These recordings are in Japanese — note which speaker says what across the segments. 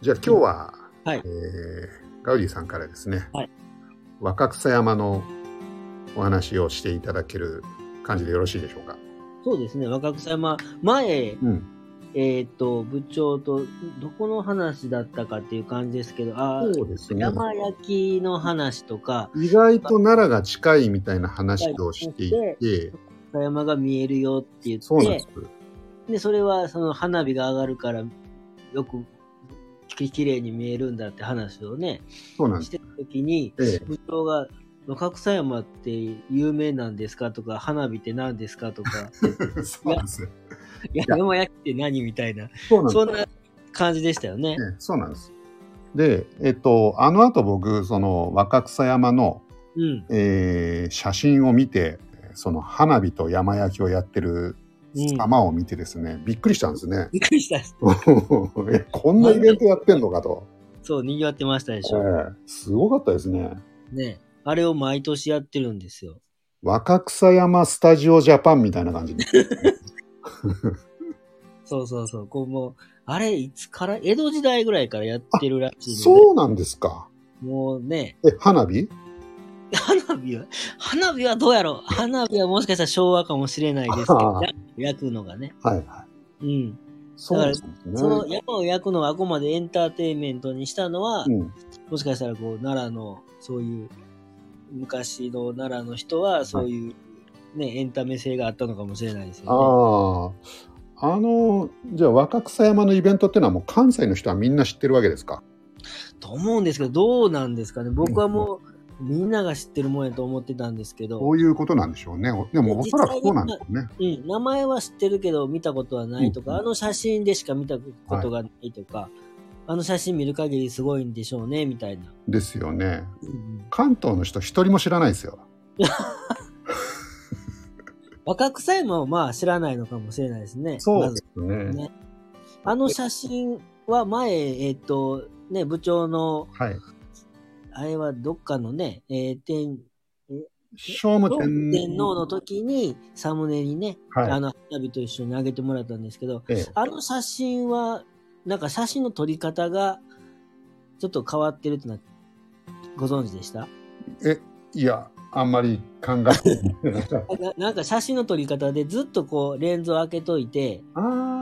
Speaker 1: じゃあ今日は、
Speaker 2: はい
Speaker 1: えーガウディさんからですね、
Speaker 2: はい
Speaker 1: 若草山のお話をしていただける感じでよろしいでしょうか。
Speaker 2: そうですね、若草山、前、
Speaker 1: うん、
Speaker 2: えっ、と、部長と、どこの話だったかっていう感じですけど、あー
Speaker 1: そうですね
Speaker 2: 山焼きの話とか、
Speaker 1: 意外と奈良が近いみたいな話をしていて、
Speaker 2: 若山が見えるよって言って、
Speaker 1: そうなんです。
Speaker 2: で、それはその花火が上がるから、よくききれいに見えるんだって話をね、
Speaker 1: そうなんで
Speaker 2: し
Speaker 1: す。
Speaker 2: てるときに、
Speaker 1: ええ
Speaker 2: 部長が、若草山って有名なんですかとか、花火って何ですかと か、
Speaker 1: そうなんです。
Speaker 2: いや山焼きって何みたいな、
Speaker 1: そうなんです
Speaker 2: そんな感じでしたよね。
Speaker 1: ええそうなんです。で、えっと、あの後僕、その若草山の、
Speaker 2: うん。
Speaker 1: えー写真を見て、その花火と山焼きをやってる様を見てですね、びっくりしたんですね。
Speaker 2: びっくりし た。
Speaker 1: えこんなイベントやってんのかと。
Speaker 2: そう、賑わってましたでし
Speaker 1: え
Speaker 2: ょ。
Speaker 1: えすごかったですね。
Speaker 2: ね。あれを毎年やってるんですよ。
Speaker 1: 若草山スタジオジャパンみたいな感 じで。
Speaker 2: そうそうそう。こうもう、あれ、いつから、江戸時代ぐらいからやってるらしいので、
Speaker 1: そうなんですか。
Speaker 2: もうね、
Speaker 1: え、花火
Speaker 2: 花火は、花火はどうやろう花火はもしかしたら昭和かもしれないですけ
Speaker 1: あ
Speaker 2: ど
Speaker 1: あ、
Speaker 2: 焼くのがね。
Speaker 1: はいはい。
Speaker 2: うん。
Speaker 1: そうなんですね。
Speaker 2: その山を焼くのがあくまでエンターテインメントにしたのは、
Speaker 1: うん、
Speaker 2: もしかしたらこう奈良のそういう昔の奈良の人はそういう、ねエンタメ性があったのかもしれないですよね。
Speaker 1: ああ。あの、じゃあ若草山のイベントっていうのはもう関西の人はみんな知ってるわけですか
Speaker 2: と思うんですけどどうなんですかね僕はもうみんなが知ってるもんやと思ってたんですけ
Speaker 1: そ
Speaker 2: ど、
Speaker 1: ういうことなんでしょうね。でもおそらくそうなんでしょうね。
Speaker 2: うん、名前は知ってるけど見たことはないとか、
Speaker 1: うん
Speaker 2: あの写真でしか見たことがないとか、あの写真見る限りすごいんでしょうねみたいな。
Speaker 1: ですよね。
Speaker 2: うん
Speaker 1: 関東の人一人も知らないですよ。
Speaker 2: 若草山もまあ知らないのかもしれないですね。まず
Speaker 1: すね。
Speaker 2: ねあの写真は前、えっ、と、ね、部長の、
Speaker 1: はい。
Speaker 2: あれはどっかのね、えー天、
Speaker 1: 聖武天
Speaker 2: 天皇の時にサムネにね、
Speaker 1: はい
Speaker 2: あの花火と一緒にあげてもらったんですけど、
Speaker 1: ええ
Speaker 2: あの写真は、なんか写真の撮り方が、ちょっと変わってるってのは、ご存知でした
Speaker 1: いや、あんまり考えてない。
Speaker 2: ななんか写真の撮り方でずっとこうレンズを開けといて、
Speaker 1: ああ。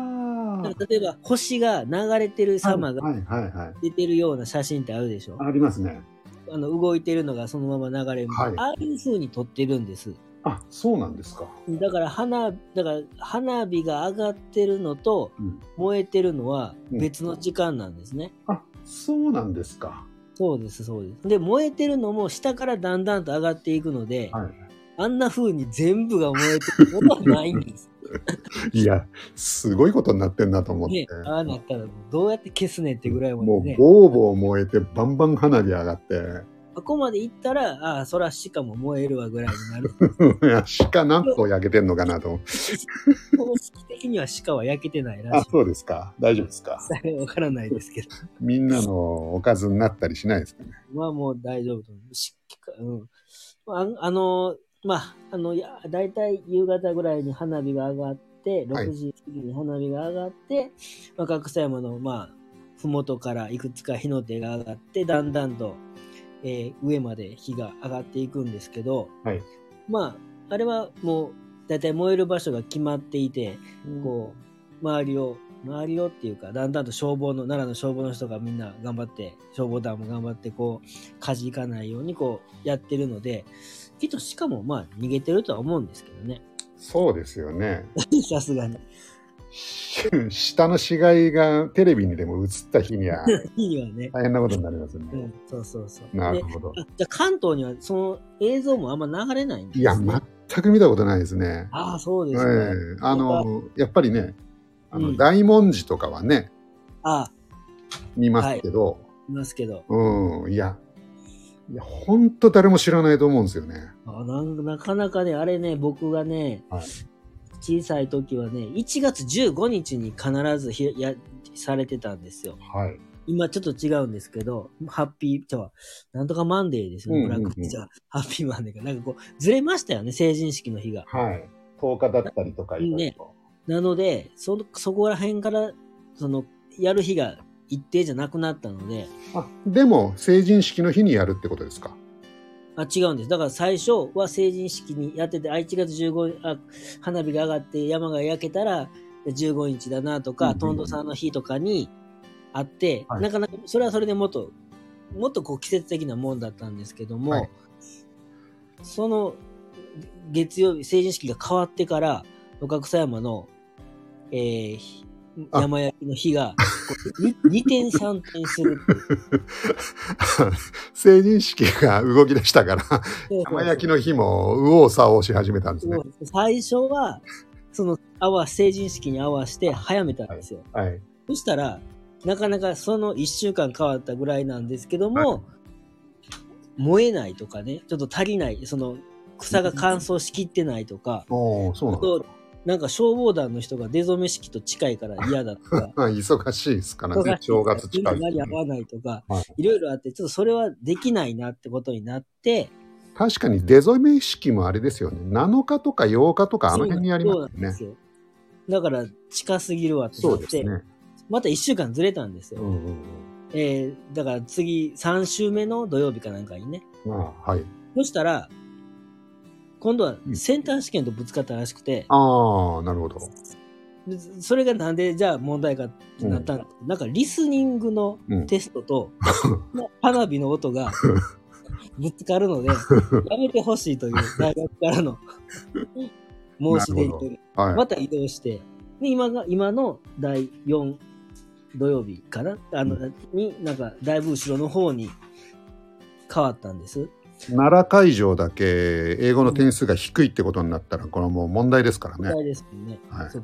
Speaker 2: なんか例えば星が流れてる様が
Speaker 1: はいはいはい。
Speaker 2: 出てるような写真ってあるでしょ、
Speaker 1: ありますね。
Speaker 2: あの動いてるのがそのまま流れる、
Speaker 1: はい
Speaker 2: ああいう風に撮ってるんです。
Speaker 1: あ、そうなんですか。
Speaker 2: だから花、だから花火が上がってるのと
Speaker 1: うん
Speaker 2: 燃えてるのは別の時間なんですね。
Speaker 1: あ、そうなんですか。
Speaker 2: そうです、そうです。で、燃えてるのも下からだんだんと上がっていくので、
Speaker 1: は
Speaker 2: あんな風に全部が燃えてることはない んです。
Speaker 1: い。いや、すごいことになってんなと思って
Speaker 2: ね。、ああなったらどうやって消すねんってぐらいま
Speaker 1: も
Speaker 2: で
Speaker 1: う
Speaker 2: ね。
Speaker 1: ボーボー燃えてバンバン花火上がって
Speaker 2: ここまで行ったら、ああ、そらしかも燃えるわぐらいになる。
Speaker 1: 鹿何頭焼けてんのかなと思って
Speaker 2: 公式的には鹿は焼けてないら
Speaker 1: あ
Speaker 2: しい。
Speaker 1: そうですか大丈夫ですか
Speaker 2: さえわからないですけど。
Speaker 1: みんなのおかずになったりしないですかね
Speaker 2: まあもう大丈夫と思う。しうん。まあ、あの、まあ、あの、いや、だいたい夕方ぐらいに花火が上がって、
Speaker 1: はい
Speaker 2: 6時過ぎに花火が上がって、若草山の、まあ、ふもとからいくつか火の手が上がって、だんだんと、えー上まで火が上がっていくんですけど、
Speaker 1: はい
Speaker 2: まあ、あれはもう、だいたい燃える場所が決まっていて、こう、周りを、周りをっていうか、だんだんと消防の、奈良の消防の人がみんな頑張って、消防団も頑張って、こう、火事いかないようにこう、やってるので、きっとしかもまあ、逃げてるとは思うんですけどね。
Speaker 1: そうですよね
Speaker 2: さすがに。
Speaker 1: 下の死骸がテレビにでも映った日 には
Speaker 2: いいわね。
Speaker 1: 大変なことになりますよ
Speaker 2: う
Speaker 1: ね
Speaker 2: ん、そうそうそう。
Speaker 1: な
Speaker 2: で
Speaker 1: るほど
Speaker 2: あじゃあ関東にはその映像もあんま流れないんです
Speaker 1: いや
Speaker 2: ま、
Speaker 1: 全く見たことないですね
Speaker 2: ああ、そう
Speaker 1: え
Speaker 2: ですね。
Speaker 1: えあのやっぱりねあの、
Speaker 2: うん
Speaker 1: 大文字とかはね
Speaker 2: ああ、
Speaker 1: 見ますけど、
Speaker 2: いますけど、
Speaker 1: うんいやいや本当誰も知らないと思うんですよね
Speaker 2: あなんなかなかね、あれね、僕がね、
Speaker 1: はい
Speaker 2: 小さい時はね、1月15日に必ずひやされてたんですよ。
Speaker 1: はい
Speaker 2: 今ちょっと違うんですけど、ハッピー、じゃあなんとかマンデーですよ
Speaker 1: うん
Speaker 2: ね、
Speaker 1: う
Speaker 2: ブ
Speaker 1: んう
Speaker 2: ラ
Speaker 1: ん
Speaker 2: ックピザ、ハッピーマンデーが。なんかこう、ずれましたよね、成人式の日が。
Speaker 1: はい10日だったりとかいろいろ
Speaker 2: ねなので、そ、そこら辺から、その、やる日が一定じゃなくなったので、
Speaker 1: あでも成人式の日にやるってことですか
Speaker 2: あ違うんです。だから最初は成人式にやってて、あ、1月15あ、花火が上がって山が焼けたら15日だなと
Speaker 1: うん
Speaker 2: か、
Speaker 1: うん
Speaker 2: トンドさんの日とかにあって、
Speaker 1: はい
Speaker 2: なかなかそれはそれでもっと、もっとこう季節的なもんだったんですけども、
Speaker 1: はい
Speaker 2: その月曜日、成人式が変わってから、六角狭山の、えーひ
Speaker 1: あ
Speaker 2: 山焼きの日が、こうに二点三点するっていう
Speaker 1: 成人式が動き出したから 山焼きの日も右往左往し始めたんですね。
Speaker 2: そう最初は、その、合わ、成人式に合わせて早めたんですよ。
Speaker 1: はい、
Speaker 2: そしたら、なかなかその1週間変わったぐらいなんですけども、
Speaker 1: は
Speaker 2: 燃えないとかね、ちょっと足りない、その、草が乾燥しきってないとか、
Speaker 1: おおそう
Speaker 2: あ
Speaker 1: なんだ
Speaker 2: と、なんか消防団の人が出初め式と近いから嫌だと か、
Speaker 1: まあ忙しいですからね
Speaker 2: 忙しい
Speaker 1: 正月近い
Speaker 2: みんな間に合わないとか、
Speaker 1: はい
Speaker 2: いろいろあって、ちょっとそれはできないなってことになって、
Speaker 1: 確かに出初め式もあれですよね7日とか8日とかあの辺にありますよ
Speaker 2: そうなんで
Speaker 1: ね
Speaker 2: すよ。だから、近すぎるわってな
Speaker 1: そ
Speaker 2: っ
Speaker 1: うです
Speaker 2: て、
Speaker 1: ね、
Speaker 2: また1週間ずれたんですよ。
Speaker 1: うんうん
Speaker 2: えーだから次、3週目の土曜日かなんかにね。
Speaker 1: うん、まあはい
Speaker 2: そしたら、今度は
Speaker 1: うん
Speaker 2: センター試験とぶつかったらしくて、
Speaker 1: ああなるほど
Speaker 2: でそれがなんでじゃあ問題かってなったんですけどなんかリスニングのテス トと、花火の音がぶつか るので、やめてほしいという大学からの申し出
Speaker 1: なるほど
Speaker 2: に、
Speaker 1: はい、
Speaker 2: また移動して、で今が今の第4土曜日かなあの、になんかだいぶ後ろの方に変わったんです。
Speaker 1: 奈良会場だけ英語の点数が低いってことになったらこれはもう問題ですからね
Speaker 2: 大ですもんね。
Speaker 1: はい
Speaker 2: そう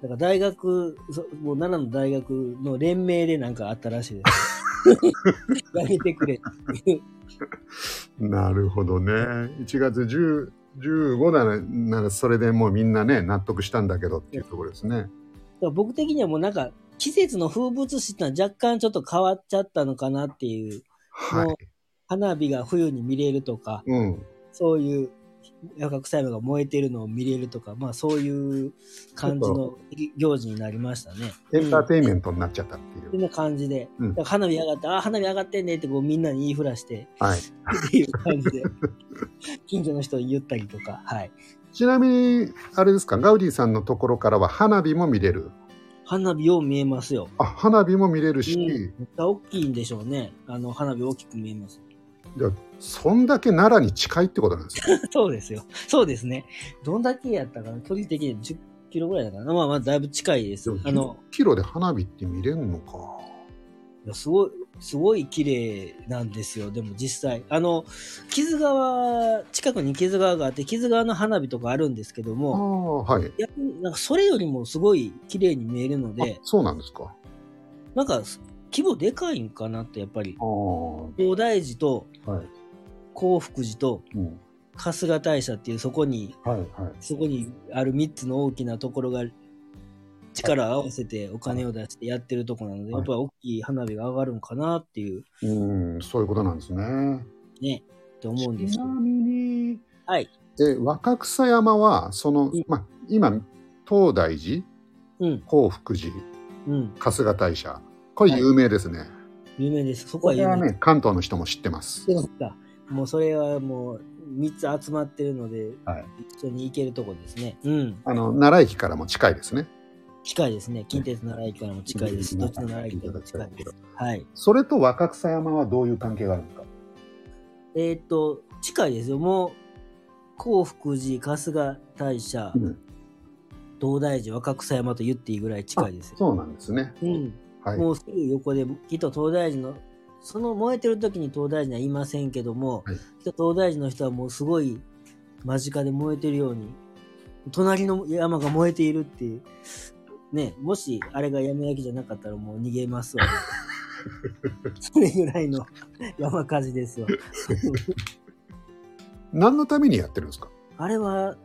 Speaker 2: だから大学、そもう奈良の大学の連名でなんかあったらしいです。 やめてくれ。
Speaker 1: なるほどね1月10 15ならならそれでもうみんなね納得したんだけどっていうところですね
Speaker 2: だから僕的にはもうなんか季節の風物詩ってのは若干ちょっと変わっちゃったのかなっていう、
Speaker 1: はい
Speaker 2: も花火が冬に見れるとか、
Speaker 1: うん
Speaker 2: そういう夜覚細胞が燃えてるのを見れるとか、まあそういう感じ
Speaker 1: ち
Speaker 2: の行事になりましたね。
Speaker 1: エンター
Speaker 2: イ
Speaker 1: テインメントになっちゃったっていう、
Speaker 2: そんな感じで。
Speaker 1: うん
Speaker 2: だから花火上がって、あ、花火上がってんねってこうみんなに言いふらして、
Speaker 1: はい
Speaker 2: っていう感じで、 近所の人に言ったりとか、はい。
Speaker 1: ちなみにあれですかガウディさんのところからは花火も見れる
Speaker 2: 花火を見えますよ。
Speaker 1: あ花火も見れるし、
Speaker 2: うんめっちゃ大きいんでしょうね。あの、花火大きく見えます。
Speaker 1: そんだけ奈良に近いってことなんですよ
Speaker 2: そうですよ。そうですね。どんだけやったかな距離的に10キロぐらいだからな。まあまあ、だいぶ近いです
Speaker 1: でも。
Speaker 2: あの、
Speaker 1: キロで花火って見れるのか
Speaker 2: いやすごい、すごい綺麗なんですよ。でも実際。あの、木津川、近くに木津川があって、木津川の花火とかあるんですけど
Speaker 1: あ
Speaker 2: も、
Speaker 1: あはい
Speaker 2: やっぱりなんかそれよりもすごい綺麗に見えるの
Speaker 1: あ
Speaker 2: で、
Speaker 1: そうなんですか
Speaker 2: なんか規模でかいんかなって、やっぱり
Speaker 1: あ。あ
Speaker 2: 東大寺と
Speaker 1: はい。
Speaker 2: 興福寺と
Speaker 1: うん。
Speaker 2: 春日大社っていうそこに
Speaker 1: はいはい。
Speaker 2: そこにある3つの大きなところが力を合わせてお金を出してやってるとこなので、
Speaker 1: はい
Speaker 2: やっぱり大きい花火が上がるんかなっていう
Speaker 1: うん、そういうことなんですね。
Speaker 2: ねって思うんです
Speaker 1: ち
Speaker 2: け
Speaker 1: な
Speaker 2: ど
Speaker 1: みに、
Speaker 2: はい。
Speaker 1: え、若草山は、その
Speaker 2: うん、
Speaker 1: ま、今、東大寺、
Speaker 2: うん
Speaker 1: 興福寺、
Speaker 2: うん
Speaker 1: 春日大社。これ有名ですね。
Speaker 2: 有名ですそこ
Speaker 1: こ
Speaker 2: は
Speaker 1: れ
Speaker 2: 有
Speaker 1: は
Speaker 2: 名
Speaker 1: ね、関東の人も知ってます。
Speaker 2: ですかもうそれはもう3つ集まってるので、
Speaker 1: はい
Speaker 2: 一緒に行けるとこですねうん
Speaker 1: あの、奈良駅からも近いですね。
Speaker 2: 近いですね近鉄奈良駅からも近いです
Speaker 1: うん
Speaker 2: どっちの奈良駅からも近いですはい
Speaker 1: それと若草山はどういう関係があるんですか
Speaker 2: えーっと近いですよもう興福寺春日大社、
Speaker 1: うん
Speaker 2: 東大寺若草山と言っていいぐらい近いですよ。
Speaker 1: そうなんですね。
Speaker 2: うん、
Speaker 1: はい。
Speaker 2: もうすぐ横できっと東大寺のその燃えてる時に東大寺にはいませんけども、
Speaker 1: はい
Speaker 2: きっと東大寺の人はもうすごい間近で燃えてるように隣の山が燃えているっていうねもしあれが山焼きじゃなかったらもう逃げま すわそれぐらいの 山火事ですよ
Speaker 1: 何のためにやってるんですか
Speaker 2: あれは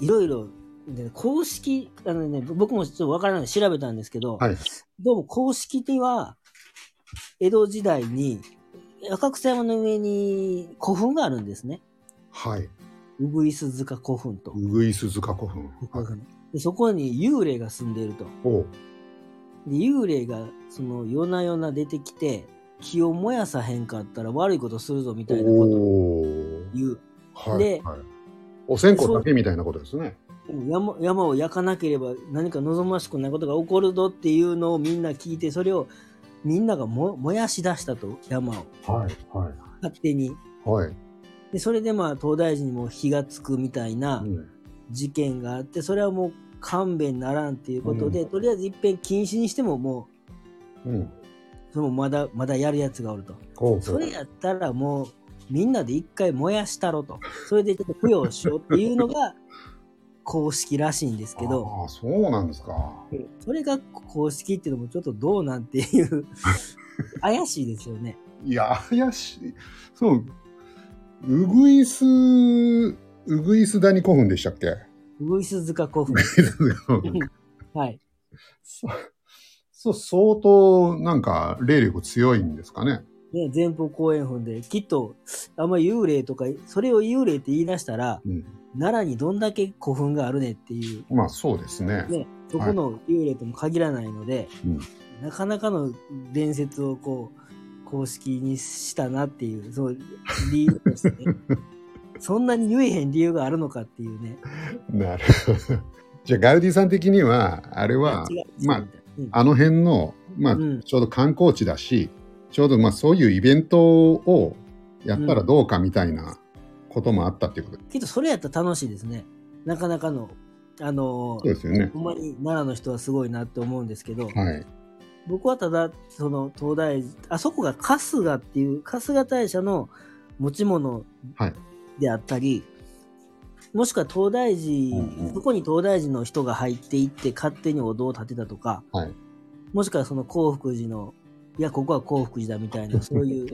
Speaker 2: いろいろ、ね、公式、あのね、僕もちょっとわからないので調べたんですけど、
Speaker 1: はい
Speaker 2: どうも公式には、江戸時代に、赤草山の上に古墳があるんですね。
Speaker 1: はい。
Speaker 2: うぐいす塚古墳と。
Speaker 1: うぐいす塚古墳。はい
Speaker 2: でそこに幽霊が住んでいると。
Speaker 1: おう
Speaker 2: で幽霊がその夜な夜な出てきて気を燃やさへんかったら悪いことするぞみたいなことを
Speaker 1: おー
Speaker 2: 言う
Speaker 1: はい、
Speaker 2: で
Speaker 1: はい、お線香だけみたいなことですね。
Speaker 2: 山山を焼かなければ何か望ましくないことが起こるぞっていうのをみんな聞いてそれをみんながも燃やし出したと山を
Speaker 1: はいは
Speaker 2: 勝手に
Speaker 1: いはい。
Speaker 2: でそれでまあ東大寺にも火がつくみたいな
Speaker 1: うん
Speaker 2: 事件があってそれはもう勘弁ならんっていうことで、
Speaker 1: うん
Speaker 2: とりあえず一遍禁止にしてもも
Speaker 1: うん。
Speaker 2: うそのまだまだやるやつがおると
Speaker 1: ほうほ
Speaker 2: そうれやったらもうみんなで一回燃やしたろとそれでちょっと供養しようっていうのが公式らしいんですけど
Speaker 1: ああ、そうなんですか。
Speaker 2: それが公式っていうのもちょっとどうなんていう 怪しいですよね
Speaker 1: いや、怪しい。そう。うぐいす、うぐいす谷古墳でしたっけ
Speaker 2: ウグイス塚古墳はい
Speaker 1: そそう、相当、なんか、霊力強いんですかね。
Speaker 2: ね前方後円墳できっとあんま幽霊とかそれを幽霊って言い出したら
Speaker 1: うん。
Speaker 2: 奈良にどんだけ古墳があるねっていう
Speaker 1: まあ、そうですね。
Speaker 2: ね、どこの幽霊とも限らないので、
Speaker 1: うん
Speaker 2: なかなかの伝説をこう公式にしたなっていう そう理由としてねそんなに言えへん理由があるのかっていうね
Speaker 1: なるほど。 じゃあ、ガウディさん的には、あれは、
Speaker 2: 違う
Speaker 1: ま
Speaker 2: 違う
Speaker 1: あ
Speaker 2: み、たいなうん
Speaker 1: あの辺の、まあ、
Speaker 2: うん
Speaker 1: ちょうど観光地だし、ちょうどまあそういうイベントをやったらどうかみたいなこともあったっていうこと、
Speaker 2: けどそれやったら楽しいですねなかなかのあの
Speaker 1: そうですよね。
Speaker 2: ほんまに奈良の人はすごいなって思うんですけど、
Speaker 1: はい。
Speaker 2: 僕はただその東大寺あそこが春日っていう春日大社の持ち物
Speaker 1: はい
Speaker 2: であったり、もしくは東大寺、
Speaker 1: うんうん
Speaker 2: そこに東大寺の人が入っていって勝手にお堂を建てたとか、
Speaker 1: はい
Speaker 2: もしくはその興福寺のいやここは興福寺だみ たいなそういう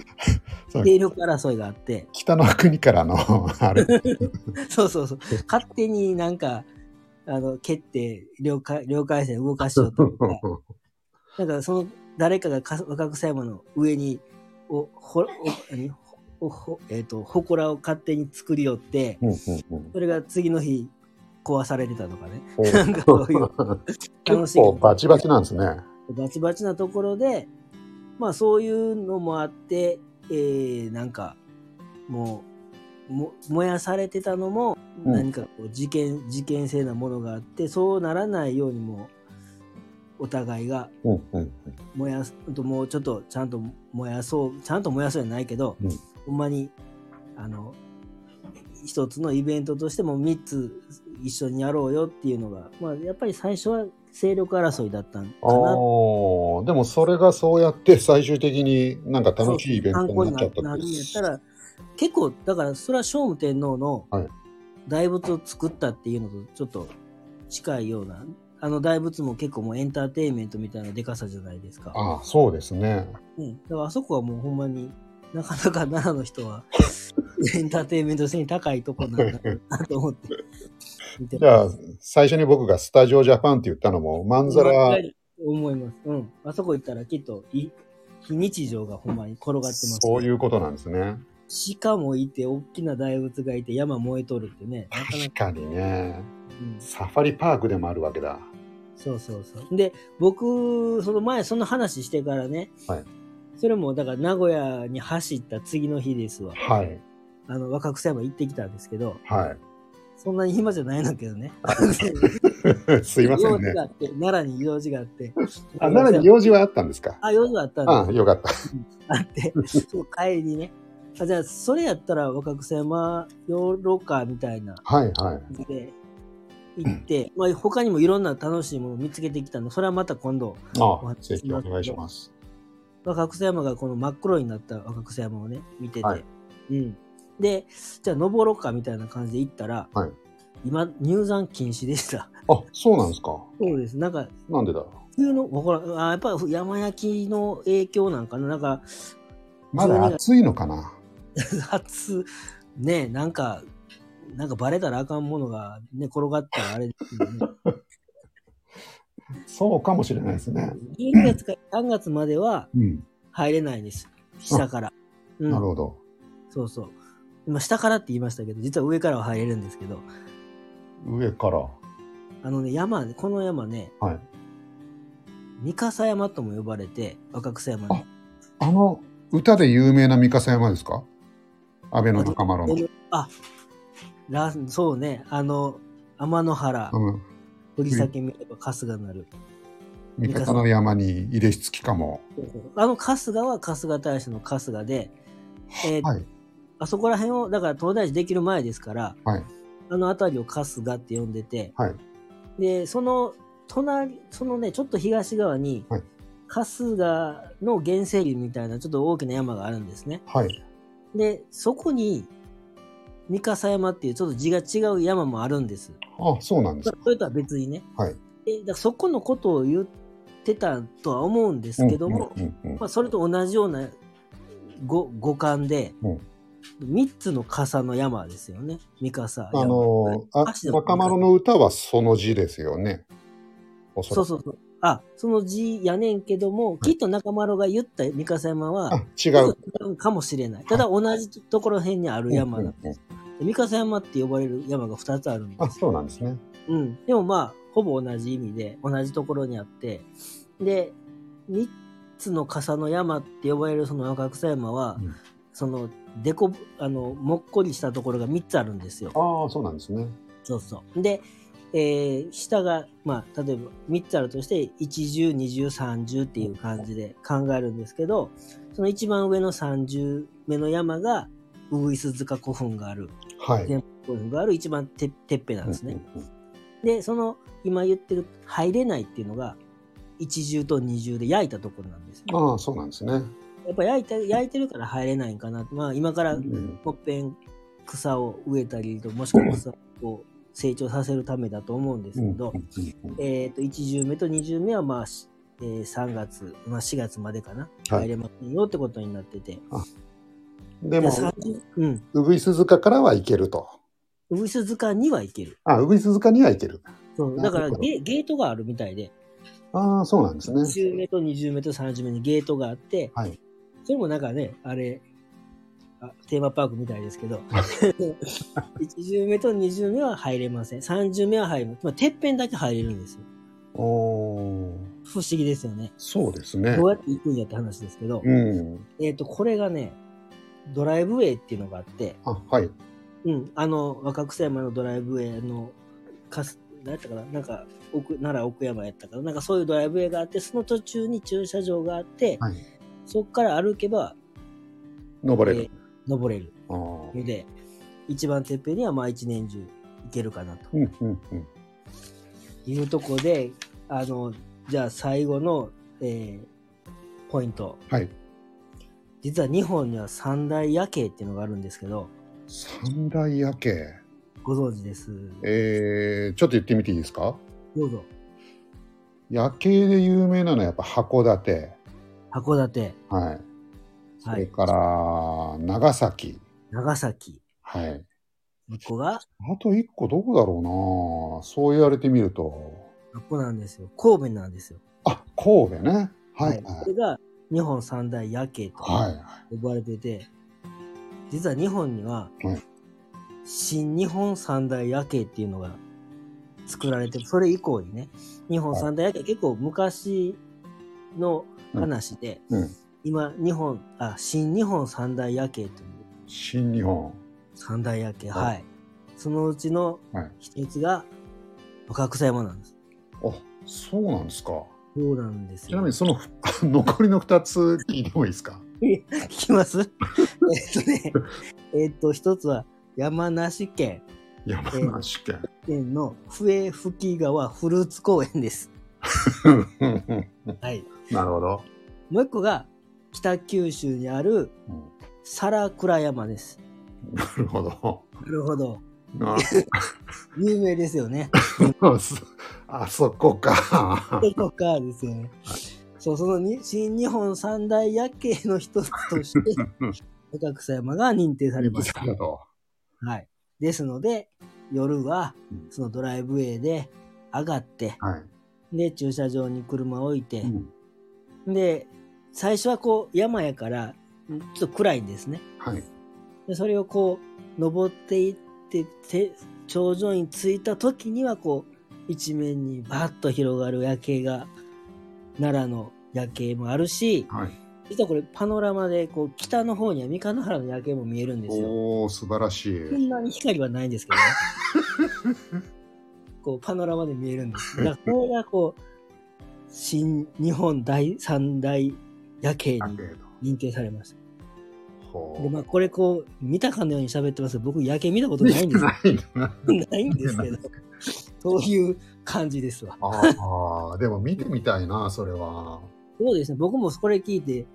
Speaker 1: そう
Speaker 2: 勢力争いがあって
Speaker 1: 北の国からの、あれ、
Speaker 2: そうそうそう勝手になんかあの蹴って領海領海線動かしようと思って。なんかその誰かがか若草山の上におほお何おほえー、と祠を勝手に作りよって
Speaker 1: うんうんうん
Speaker 2: それが次の日壊されてたとかね
Speaker 1: お
Speaker 2: なんかそういう楽
Speaker 1: 結
Speaker 2: しい
Speaker 1: 構バチバチなんですね。
Speaker 2: バチバチなところでまあそういうのもあって、えーなんかもうも燃やされてたのも
Speaker 1: うん
Speaker 2: 何かこう事件、事件性なものがあってそうならないようにもお互いが
Speaker 1: うんうん
Speaker 2: 燃やすうんともうちょっとちゃんと燃やそうちゃんと燃やそうじゃないけど、
Speaker 1: うん
Speaker 2: ほんまにあの一つのイベントとしても3つ一緒にやろうよっていうのが、まあ、やっぱり最初は勢力争いだったんか
Speaker 1: ああ
Speaker 2: な
Speaker 1: ー、でもそれがそうやって最終的になんか楽しいイベント
Speaker 2: 参
Speaker 1: に
Speaker 2: 考
Speaker 1: なっ
Speaker 2: にな
Speaker 1: ちゃった
Speaker 2: な
Speaker 1: っ
Speaker 2: る
Speaker 1: て
Speaker 2: んやったら結構だからそれは聖武天皇の
Speaker 1: はい
Speaker 2: 大仏を作ったっていうのとちょっと近いようなあの大仏も結構もうエンターテインメントみたいなでかさじゃないですか。
Speaker 1: ああ、そうですね。
Speaker 2: うん、だからあそこはもうほんまになかなか奈良の 人はエンターテインメント性に高いとこなんだなと思って見て
Speaker 1: じゃあ、最初に僕がスタジオジャパンって言ったのも、まんざら、
Speaker 2: 思います、うん、あそこ行ったらきっとい非日常がほんまに転がってます、
Speaker 1: そういうことなんですね。
Speaker 2: 鹿もいて大きな大仏がいて山燃えとるってねなかな
Speaker 1: 確
Speaker 2: か、
Speaker 1: かにね。
Speaker 2: うん、
Speaker 1: サファリパークでもあるわけだ。
Speaker 2: そうそうそうで僕その前その話してからね、
Speaker 1: はい
Speaker 2: それもだから名古屋に走った次の日ですわ
Speaker 1: はい。
Speaker 2: あの若草山行ってきたんですけど
Speaker 1: は
Speaker 2: そんなに暇じゃないんだ けどね。
Speaker 1: い。すいません
Speaker 2: 用事
Speaker 1: ね
Speaker 2: が。あって、奈良に用事があって。
Speaker 1: あ、奈良に用事はあったんですか。
Speaker 2: あ、用事があったんだ
Speaker 1: あよかった。
Speaker 2: あって、そう帰りにね。あじゃあ、それやったら若草山ヨーロッカみたいな
Speaker 1: はいはい。
Speaker 2: 感じで行って、まあ、他にもいろんな楽しいものを見つけてきたの。それはまた今度、
Speaker 1: あ、ぜひお願いします。
Speaker 2: 若草山がこの真っ黒になった若草山をね、見てて。
Speaker 1: はい
Speaker 2: うん。で、じゃあ登ろうかみたいな感じで行ったら、
Speaker 1: はい
Speaker 2: 今、入山禁止でした。
Speaker 1: あ、そうなんですか。
Speaker 2: そうです。なんか、
Speaker 1: なんでだ
Speaker 2: 冬の、わからんあやっぱり山焼きの影響なんかな。なんか、
Speaker 1: まだ暑いのかな。
Speaker 2: 初、ね、なんか、なんかバレたらあかんものが、ね、転がったらあれです よね。
Speaker 1: そうかもしれないですね。
Speaker 2: 12月から3月までは
Speaker 1: うん。
Speaker 2: 入れないんです。下から。うん、
Speaker 1: なるほど。
Speaker 2: そうそう。今、下からって言いましたけど、実は上からは入れるんですけど、
Speaker 1: 上から。
Speaker 2: あのね、山ね、この山ね、
Speaker 1: はい。
Speaker 2: 三笠山とも呼ばれて、若草山に。
Speaker 1: あの歌で有名な三笠山ですか安倍の仲間論の。
Speaker 2: あ、ら、そうね、あの、天の原、
Speaker 1: うん。
Speaker 2: 振り裂け見れば春日なる。
Speaker 1: 三笠の山に入れしつきかも。
Speaker 2: あの春日は春日大社の春日で、えー
Speaker 1: はい。
Speaker 2: あそこら辺を、だから東大寺できる前ですから、
Speaker 1: はい
Speaker 2: あの辺りを春日って呼んでて、
Speaker 1: はい
Speaker 2: で、その隣、そのね、ちょっと東側に、
Speaker 1: はい
Speaker 2: 春日の原生林みたいなちょっと大きな山があるんですね。
Speaker 1: はい。
Speaker 2: で、そこに、三笠山っていうちょっと字が違う山もあるんです。
Speaker 1: あ、そうなんです。
Speaker 2: それとは別にね。
Speaker 1: はい
Speaker 2: でだからそこのことを言ってたとは思うんですけども、
Speaker 1: うんうんうんうん
Speaker 2: まあ、それと同じような五五感で、
Speaker 1: うん
Speaker 2: 三つの笠の山ですよね。三笠山。
Speaker 1: あのー、あ
Speaker 2: 歌詞でも
Speaker 1: 若丸の歌はその字ですよね。おそ
Speaker 2: そ
Speaker 1: ら
Speaker 2: う
Speaker 1: く。
Speaker 2: そうそう。あ、その字やねんけども、きっと中丸が言った三笠山は、
Speaker 1: あ、違う。
Speaker 2: 違うかもしれない。ただ同じところ辺にある山なんです。で三笠山って呼ばれる山が2つあるんです
Speaker 1: あ、そうなんですね。
Speaker 2: うん。でもまあ、ほぼ同じ意味で、同じところにあって、で、三つの笠の山って呼ばれるその若草山は、
Speaker 1: うん
Speaker 2: その、でこ、あの、もっこりしたところが三つあるんですよ。
Speaker 1: ああ、そうなんですね。
Speaker 2: そうそう。で、えー下が、まあ、例えば三つあるとして、一重、二重、三重っていう感じで考えるんですけど、その一番上の三重目の山が、ウス塚古墳がある、
Speaker 1: はい。
Speaker 2: 全古墳がある一番ててっぺなんですね。
Speaker 1: うんうん
Speaker 2: で、その今言ってる入れないっていうのが、一重と二重で焼いたところなんですよ。
Speaker 1: うんああ、そうなんですね。
Speaker 2: やっぱ焼いた焼いてるから入れないんかなまあ今からも
Speaker 1: うん
Speaker 2: っぺん草を植えたりと、もしくは草を成長させるためだと思うんですけど、えっ、と、一重目と二重目はまあ、しえー、3月、まあ4月までかな。
Speaker 1: はい
Speaker 2: 入れませんよってことになってて。
Speaker 1: でも
Speaker 2: で、30うん。
Speaker 1: うぐいす塚からは行けると。
Speaker 2: ウス塚には行ける。
Speaker 1: あ、うぐいす塚には行ける。
Speaker 2: そう。だから
Speaker 1: なるほど
Speaker 2: ゲゲートがあるみたいで。
Speaker 1: ああ、そうなんですね。
Speaker 2: 10メと20メと30メにゲートがあって、
Speaker 1: はい
Speaker 2: それもなんかね、あれ、あテーマパークみたいです けど、10メと20メは入れません。30メは入れます。まあ、てっぺんだけ入れるんですよ。
Speaker 1: おー
Speaker 2: 不思議ですよね。
Speaker 1: そうですね
Speaker 2: ど。うやって行くんやって話ですけど、
Speaker 1: うん。
Speaker 2: えっ、と、これがね、ドライブウェイっていうのがあって、
Speaker 1: あ、はい。
Speaker 2: うん、あの、若草山のドライブウェイの、かす、何やったかななんか、奥、奈良奥山やったから、なんかそういうドライブウェイがあって、その途中に駐車場があって、
Speaker 1: はい。
Speaker 2: そこから歩けば
Speaker 1: 登れ
Speaker 2: え
Speaker 1: る
Speaker 2: ー。登れる
Speaker 1: あー
Speaker 2: ので、一番てっぺんにはまあ一年中行けるかなと
Speaker 1: うんうんうん。
Speaker 2: いうとこで、あの、じゃあ最後の、えーポイント。
Speaker 1: はい。
Speaker 2: 実は日本には三大夜景っていうのがあるんですけど、
Speaker 1: 三大夜景。
Speaker 2: ご存知です。
Speaker 1: えー、ちょっと言ってみていいですか
Speaker 2: どうぞ。
Speaker 1: 夜景で有名なのはやっぱ函館。
Speaker 2: 函館、
Speaker 1: はい。そ
Speaker 2: は
Speaker 1: れ
Speaker 2: い、
Speaker 1: から、長崎。
Speaker 2: 長崎、
Speaker 1: はい。
Speaker 2: ここが、
Speaker 1: あと一個どこだろうなそう言われてみると。
Speaker 2: ここなんですよ。神戸なんですよ。
Speaker 1: あ、神戸ね。はい。
Speaker 2: これが日本三大夜景と
Speaker 1: はい。
Speaker 2: 呼ばれてて、実は日本には
Speaker 1: はい、
Speaker 2: 新日本三大夜景っていうのが作られて、それ以降にね、日本三大夜景、結構昔の話で、
Speaker 1: うん。
Speaker 2: 今、日本、あ、新日本三大夜景という
Speaker 1: 新日本。
Speaker 2: 三大夜景、
Speaker 1: はい
Speaker 2: はい。そのうちの
Speaker 1: はい
Speaker 2: 一つが、若草山なんです。
Speaker 1: あ、そうなんですか。
Speaker 2: そうなんです
Speaker 1: ちなみ
Speaker 2: よ
Speaker 1: に。その 残りの2つ聞いてもいいですか
Speaker 2: 聞きます えっとね、えっと、一つは山梨県。
Speaker 1: 山梨県。
Speaker 2: 県の笛吹川フルーツ公園です。はい。
Speaker 1: なるほど。
Speaker 2: もう一個が北九州にある
Speaker 1: うん
Speaker 2: 皿倉山です。
Speaker 1: なるほど。
Speaker 2: なるほど。
Speaker 1: あ
Speaker 2: 有名ですよね。
Speaker 1: あそこか。
Speaker 2: どこかですよね。そう、そのに新日本三大夜景の一つと して、若草山が認定されました。
Speaker 1: ありがと
Speaker 2: はい。ですので、夜は
Speaker 1: うん
Speaker 2: そのドライブウェイで上がって、
Speaker 1: う。はい。
Speaker 2: で、駐車場に車を置いて、
Speaker 1: うん
Speaker 2: で、最初はこう山やから、んちょっと暗いんですね。
Speaker 1: はい。
Speaker 2: で、それをこう、登っていって、て頂上に着いた時にはこう、一面にバッと広がる夜景が奈良の夜景もあるし、
Speaker 1: はい。
Speaker 2: 実はこれパノラマでこう北の方には三河原の夜景も見えるんですよ。
Speaker 1: おー、素晴らしい。
Speaker 2: そんなに光はないんですけどね。 こうパノラマで見えるんです。だからこれがこう新日本第三大夜景
Speaker 1: だ
Speaker 2: に
Speaker 1: けど。
Speaker 2: 認定されました。
Speaker 1: ほ
Speaker 2: でまあ
Speaker 1: う。
Speaker 2: これこう見たかのように喋ってますけど僕夜景見たことないんで すよ
Speaker 1: ないんだな。
Speaker 2: ないんですけどそういう感じですわ。
Speaker 1: ああ、でも見てみたいな、それは。
Speaker 2: そうですね僕もこれ聞いて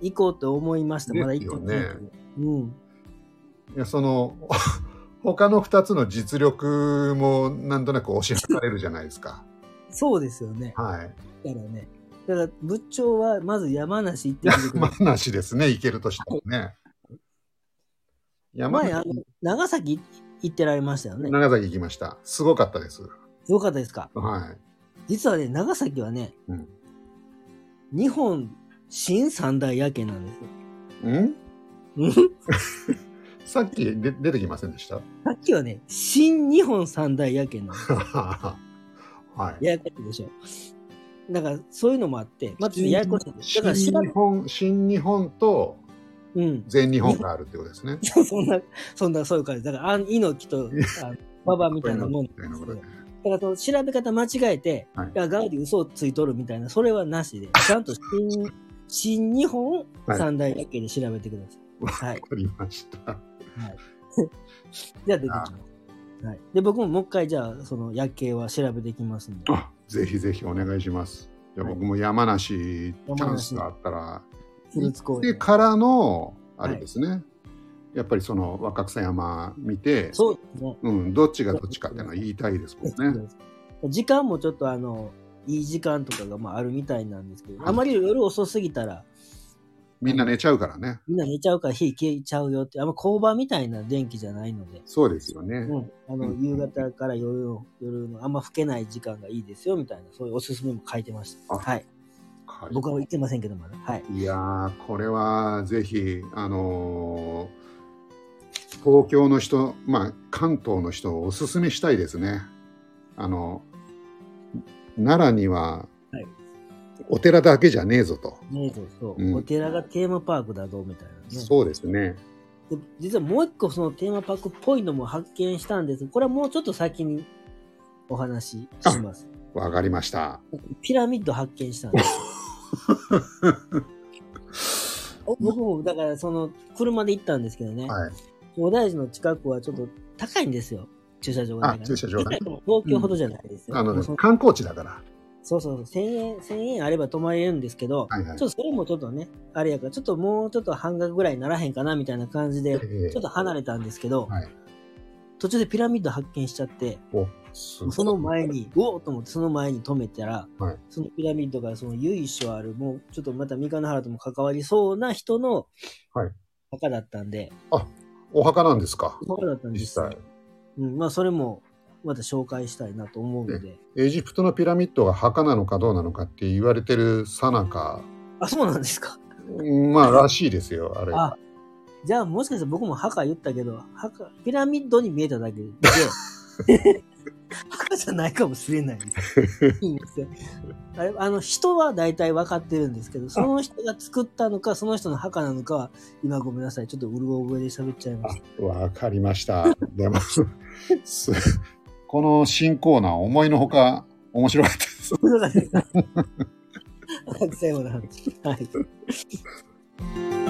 Speaker 2: 行こうと思いました。まだ行ってない
Speaker 1: ですよね
Speaker 2: うん。
Speaker 1: いや、その、 他の2つの実力もなんとなく押し量れるじゃないですか。
Speaker 2: そうですよね。
Speaker 1: はい。
Speaker 2: だからね。だから仏頂はまず山梨行ってみてくだ
Speaker 1: 山
Speaker 2: さい。
Speaker 1: 梨ですね、行けるとしたらね。山
Speaker 2: 前あ
Speaker 1: 梨、
Speaker 2: の長崎行ってられましたよね。
Speaker 1: 長崎行きました。すごかったです。
Speaker 2: すごかったですか。
Speaker 1: は
Speaker 2: 実はね、長崎はね、
Speaker 1: い。うん。
Speaker 2: 日本新三大夜景なんですよ。
Speaker 1: ん
Speaker 2: うん
Speaker 1: さっきで出てきませんでした
Speaker 2: さっきはね、新日本三大夜景なんです。
Speaker 1: はい。
Speaker 2: ややこしいでしょ。だからそういうのもあって、まずややこしい。だから
Speaker 1: 新
Speaker 2: 調
Speaker 1: 日
Speaker 2: べ、
Speaker 1: 本、新日本と
Speaker 2: うん。
Speaker 1: 全日本があるってことですね。
Speaker 2: そんな、そんな、そういう感じ。だから、あん猪木と、あの馬 場みたいなもん
Speaker 1: みたいなことで。
Speaker 2: だからその調べ方間違えて、
Speaker 1: はい
Speaker 2: い、やガウディ嘘をついとるみたいな、それはなしで、ちゃんと新新日本
Speaker 1: はい
Speaker 2: 三大夜景で調べてください。はい。
Speaker 1: わかりました。
Speaker 2: じゃあ出てきます。はい、で僕ももう一回じゃあその夜景は調べてきますんで
Speaker 1: あぜひぜひお願いします。じゃあ
Speaker 2: はい
Speaker 1: 僕も山梨、
Speaker 2: 山梨
Speaker 1: チャンスがあったら、
Speaker 2: 国立公
Speaker 1: で
Speaker 2: 園
Speaker 1: からの、あれですね、やっぱりその若草山見て、
Speaker 2: そうですね
Speaker 1: うん、どっちがどっちかっていうのは言いたいですもんね。
Speaker 2: 時間もちょっとあのいい時間とかがまああるみたいなんですけど、
Speaker 1: はい
Speaker 2: あまり夜遅すぎたら
Speaker 1: みんな寝ちゃうからね。
Speaker 2: みんな寝ちゃうから火消えちゃうよってあんま工場みたいな電気じゃないので
Speaker 1: そうですよね。
Speaker 2: うん、あの
Speaker 1: うん
Speaker 2: 夕方から夜の夜のあんま更けない時間がいいですよみたいなそういうおすすめも書いてました。
Speaker 1: あ
Speaker 2: はい、
Speaker 1: はい
Speaker 2: 僕は言ってませんけどまだ。はい、
Speaker 1: いやー、これはぜひ、あのー東京の人、まあ、関東の人をおすすめしたいですね。あの、奈良には
Speaker 2: はい、
Speaker 1: お寺だけじゃねえぞと。
Speaker 2: ねえそうそう、
Speaker 1: うん
Speaker 2: お寺がテーマパークだぞみたいなね。
Speaker 1: そうですね。
Speaker 2: で実はもう一個そのテーマパークっぽいのも発見したんですこれはもうちょっと先にお話しします。
Speaker 1: わかりました。
Speaker 2: ピラミッド発見したん です。お僕もだからその車で行ったんですけどね、
Speaker 1: はい。
Speaker 2: お大寺の近くはちょっと高いんですよ駐車場が
Speaker 1: あ、
Speaker 2: ね
Speaker 1: 駐車場ね。
Speaker 2: 東京ほどじゃないですよ。
Speaker 1: あの
Speaker 2: もう
Speaker 1: ね
Speaker 2: そ、
Speaker 1: 観光地だから。
Speaker 2: そうそうそう、千円、千円あれば泊まれるんですけど、
Speaker 1: はいはい
Speaker 2: ちょっとそれもちょっとね、あれやから、ちょっともうちょっと半額ぐらいにならへんかなみたいな感じで、
Speaker 1: ええ
Speaker 2: ちょっと離れたんですけど、
Speaker 1: はい
Speaker 2: 途中でピラミッド発見しちゃって、
Speaker 1: おすごい
Speaker 2: その前に、うおっと思って、その前に止めたら、
Speaker 1: はい
Speaker 2: そのピラミッドがその由緒ある、もうちょっとまた三河原とも関わりそうな人の
Speaker 1: はい
Speaker 2: 墓だったんで、
Speaker 1: お墓なんですか
Speaker 2: 墓だったんです
Speaker 1: 実
Speaker 2: よ
Speaker 1: 際。
Speaker 2: うん、まあそれもまた紹介したいなと思うので、
Speaker 1: エジプトのピラミッドが墓なのかどうなのかって言われてるさなか、
Speaker 2: あ、そうなんですか。
Speaker 1: うんまあ、らしいですよ、あれ。
Speaker 2: あじゃあもしかしたら僕も墓言ったけど、墓、ピラミッドに見えただけで、 墓じゃないかもしれないです。いいんですよあれあの人は大体分かってるんですけど、その人が作ったのか、その人の墓なのかは、今ごめんなさい、ちょっとうる覚えで喋っちゃいま した。
Speaker 1: あわかりました。でも、すこの新コーナー、思いのほか面白かったです。
Speaker 2: そうですか。白山の話。はい。